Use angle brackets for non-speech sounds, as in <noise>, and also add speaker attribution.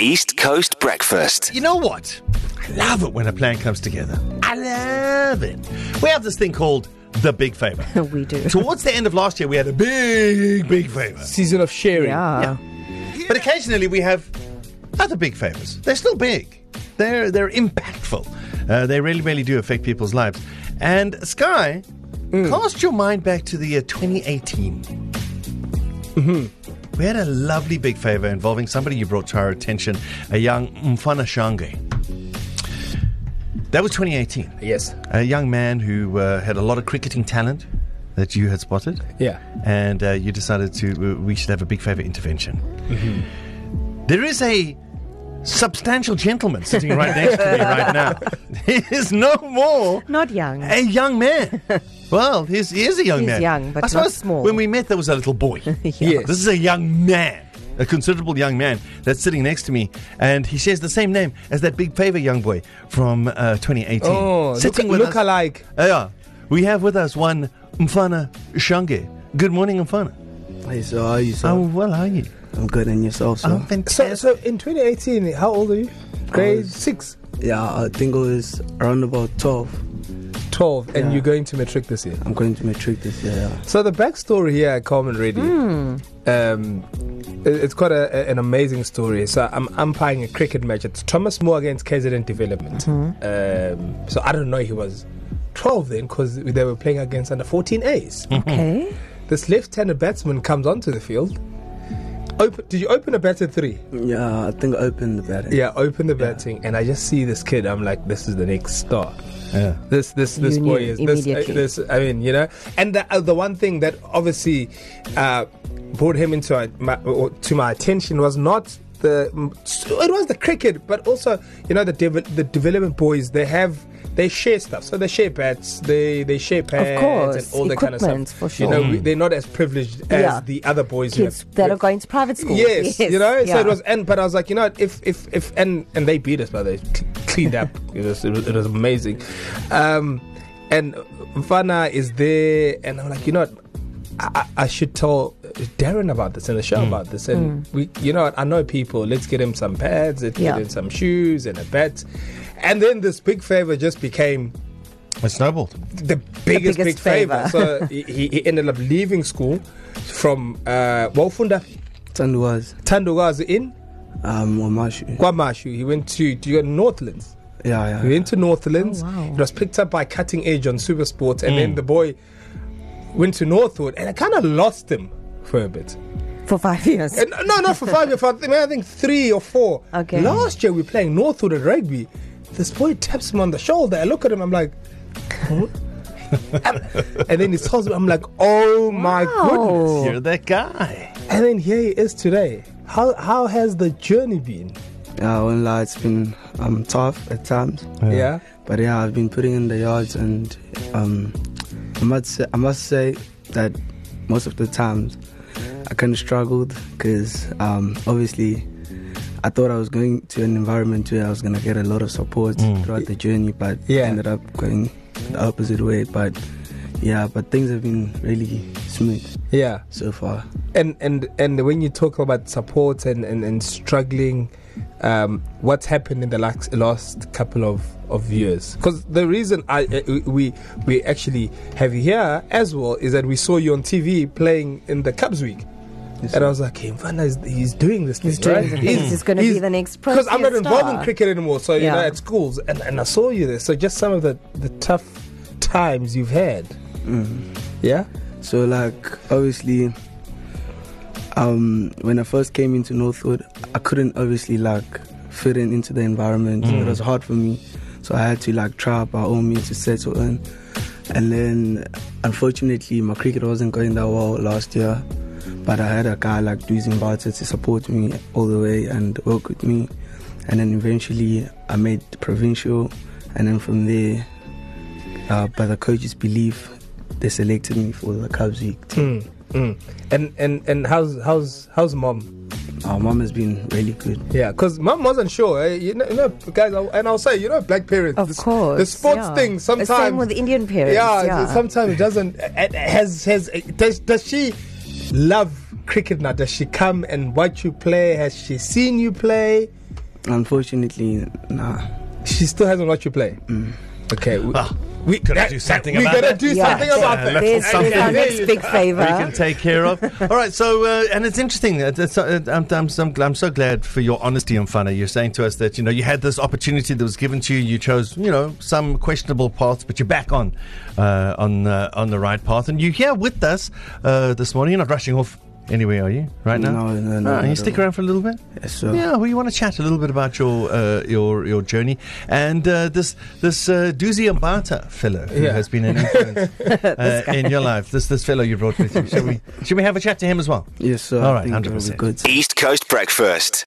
Speaker 1: East Coast Breakfast.
Speaker 2: You know what? I love it when a plan comes together. I love it. We have this thing called the big favor.
Speaker 3: <laughs> We do.
Speaker 2: Towards the end of last year, we had a big, big favor.
Speaker 4: season of sharing.
Speaker 3: Yeah.
Speaker 2: But occasionally, we have other big favors. They're still big. They're they're impactful. Uh, they really, really do affect people's lives. And Sky, cast your mind back to the year 2018. Mm-hmm. We had a lovely big favor involving somebody you brought to our attention, a young Mfana Shange. That was 2018.
Speaker 4: Yes.
Speaker 2: A young man who uh, had a lot of cricketing talent that you had spotted.
Speaker 4: Yeah.
Speaker 2: And uh, you decided to, we should have a big favour intervention.
Speaker 4: Mm-hmm.
Speaker 2: There is a substantial gentleman sitting right next
Speaker 4: <laughs>
Speaker 2: to me right now. He is no more
Speaker 3: Not young.
Speaker 2: a young man. Well, he's, he is a young
Speaker 3: He's
Speaker 2: man.
Speaker 3: young, but
Speaker 2: I
Speaker 3: not
Speaker 2: suppose
Speaker 3: small.
Speaker 2: When we met, there was a little
Speaker 3: <laughs>
Speaker 2: boy.
Speaker 4: Yes.
Speaker 2: This is a young man, a considerable young man that's sitting next to me, and he shares the same name as that big favor young boy from uh, 2018.
Speaker 4: Oh,
Speaker 2: sitting
Speaker 4: look,
Speaker 2: with us.
Speaker 4: look alike.
Speaker 2: Uh, yeah, we have with us one Mfana Shange. Good morning, Mfana.
Speaker 5: Hey, so Oh, how are you,
Speaker 2: How
Speaker 5: sir?
Speaker 2: well are you?
Speaker 5: I'm good and yourself,
Speaker 2: Oh,
Speaker 4: So,
Speaker 5: sir?
Speaker 4: so in 2018, how old are you? Grade six,
Speaker 5: yeah, I think it was around about 12.
Speaker 4: 12, and
Speaker 5: Yeah.
Speaker 4: you're going to matric this year.
Speaker 5: I'm going to matric this year, yeah.
Speaker 4: So the backstory here at Common Ready, um, it- it's quite a, a- an amazing story. So I'm umpiring a cricket match. It's Thomas Moore against KZN Development. Um, so I don't know he was 12 then because they were playing against under 14 A's.
Speaker 3: Okay.
Speaker 4: This left-handed batsman comes onto the field. Open, did you open a bat at three?
Speaker 5: Yeah, I think I opened the batting.
Speaker 4: Yeah, open the betting, and I just see this kid. I'm like, this is the next star.
Speaker 2: Yeah.
Speaker 4: This this this
Speaker 3: You knew
Speaker 4: boy is this, uh,
Speaker 3: immediately.
Speaker 4: this. I mean, you know, and the uh, the one thing that obviously uh, brought him into my, my or to my attention was not. The, it was the cricket, but also you know the dev- the development boys they have they share stuff. So they share bats, they they share pads,
Speaker 3: course,
Speaker 4: and all that kind of
Speaker 3: equipment,
Speaker 4: stuff.
Speaker 3: for
Speaker 4: You know
Speaker 3: sure.
Speaker 4: we- they're not as privileged as
Speaker 3: Yeah.
Speaker 4: the other boys. who
Speaker 3: Kids
Speaker 4: have-
Speaker 3: that are going to private school.
Speaker 4: Yes, you know. So
Speaker 3: yeah.
Speaker 4: it was, and but I was like, you know, if if if and and they beat us, but they cl- cleaned up. <laughs> it, was, it was it was amazing. Um, and Vana is there, and I'm like, you know. What? I, I I should tell Darren about this and the show about this, and we, you know, what, I know people. Let's get him some pads, let's
Speaker 3: Mm. Yeah.
Speaker 4: get him some shoes and a bat, and then this big favor just became
Speaker 2: It snowballed.
Speaker 4: the
Speaker 3: biggest
Speaker 4: biggest, big
Speaker 3: favor.
Speaker 4: favor. so he, he he ended up leaving school from uh, Wofunda
Speaker 5: Tand was,
Speaker 4: Tandogazi in
Speaker 5: um, Wamashu.
Speaker 4: Kwamashu. He went to do you go Northlands.
Speaker 5: Yeah, yeah.
Speaker 4: He went to Northlands.
Speaker 3: Oh, wow.
Speaker 4: It was picked up by Cutting Edge on Super Sports, and then the boy went to Northwood, and I kind of lost him for a bit.
Speaker 3: for five years.
Speaker 4: And no, not for five years. For, I think- I think three or four.
Speaker 3: Okay.
Speaker 4: Last year we were playing Northwood at rugby. This boy taps him on the shoulder. I look at him. I'm like. "Huh?" <laughs> and then he tells me, I'm like, oh my goodness.
Speaker 3: Oh,
Speaker 2: You're that guy.
Speaker 4: And then here he is today. How how has the journey been?
Speaker 5: Yeah, I won't lie, it's been um, tough at times.
Speaker 4: yeah?
Speaker 5: But yeah, I've been putting in the yards and um, I, must say, I must say that most of the times I kind of struggled because um, obviously I thought I was going to an environment where I was going to get a lot of support throughout the journey, but
Speaker 4: Yeah.
Speaker 5: ended up going the opposite way. But yeah, but things have been really smooth
Speaker 4: Yeah.
Speaker 5: so far.
Speaker 4: And and and when you talk about support and and, and struggling, um, what's happened in the last, last couple of of years? Because the reason I uh, we we actually have you here as well is that we saw you on TV playing in the Cubs week. And I was like, hey, Mfana is, he's doing this.
Speaker 3: He's
Speaker 4: thing,
Speaker 3: doing
Speaker 4: right?
Speaker 3: the thing. He's gonna be the next
Speaker 4: Because I'm not
Speaker 3: Proteas
Speaker 4: involved in
Speaker 3: star."
Speaker 4: cricket anymore. So you know,
Speaker 3: Yeah.
Speaker 4: at schools, and, and I saw you there. So just some of the the tough times you've had. Yeah.
Speaker 5: So like obviously um when I first came into Northwood I couldn't obviously like fit in into the environment. It was hard for me. So I had to like try out by all means to settle in. And then unfortunately my cricket wasn't going that well last year. But I had a guy like Duzin Barter to support me all the way and work with me. And then eventually I made provincial and then from there uh, by the coach's belief they selected me for the Cubs week. team.
Speaker 4: Mm, mm. And and and how's how's how's mom?
Speaker 5: Our mom has been really good.
Speaker 4: Yeah, because mom wasn't sure. eh, You know, you know, guys, I- and I'll say, you know, black parents.
Speaker 3: of
Speaker 4: this-
Speaker 3: course.
Speaker 4: the sports
Speaker 3: yeah.
Speaker 4: thing sometimes.
Speaker 3: The same with Indian parents.
Speaker 4: yeah,
Speaker 3: Yeah,
Speaker 4: it- sometimes it doesn't. it- it Has has eh, does, does she love cricket now? Does she come and watch you play? Has she seen you play?
Speaker 5: Unfortunately, nah.
Speaker 4: She still hasn't watched you play. Okay. We,
Speaker 2: Well, we could
Speaker 4: that-
Speaker 2: do
Speaker 4: that-
Speaker 2: something
Speaker 4: we
Speaker 2: about
Speaker 4: Ah, gotta
Speaker 2: that.
Speaker 4: do
Speaker 3: Mm. Yeah.
Speaker 4: something about that.
Speaker 3: There's,
Speaker 2: something.
Speaker 3: there's our next big
Speaker 2: we can
Speaker 3: favor.
Speaker 2: take care of. All right, so uh, and it's interesting. uh, that's, uh, I'm, I'm, so- I'm so glad for your honesty and funny. You're saying to us that you know you had this opportunity that was given to you. You chose you know some questionable paths, but you're back on uh, on uh, on the right path, and you're here with us uh, this morning. You're not rushing off anywhere, are you? Right now.
Speaker 5: No, no, no.
Speaker 2: Ah,
Speaker 5: no,
Speaker 2: you stick around for a little bit.
Speaker 5: Yes, sir.
Speaker 2: Yeah, we want to chat a little bit about your uh, your your journey and uh, this this uh, Duzi Ambata fellow who
Speaker 4: Yeah.
Speaker 2: has been an influence uh, in your life. This this fellow you brought with you. Should we should we have a chat to him as well?
Speaker 5: Yes, sir.
Speaker 2: All
Speaker 5: I
Speaker 2: right,
Speaker 5: think that would be
Speaker 2: 100%.
Speaker 5: Good.
Speaker 1: East Coast Breakfast.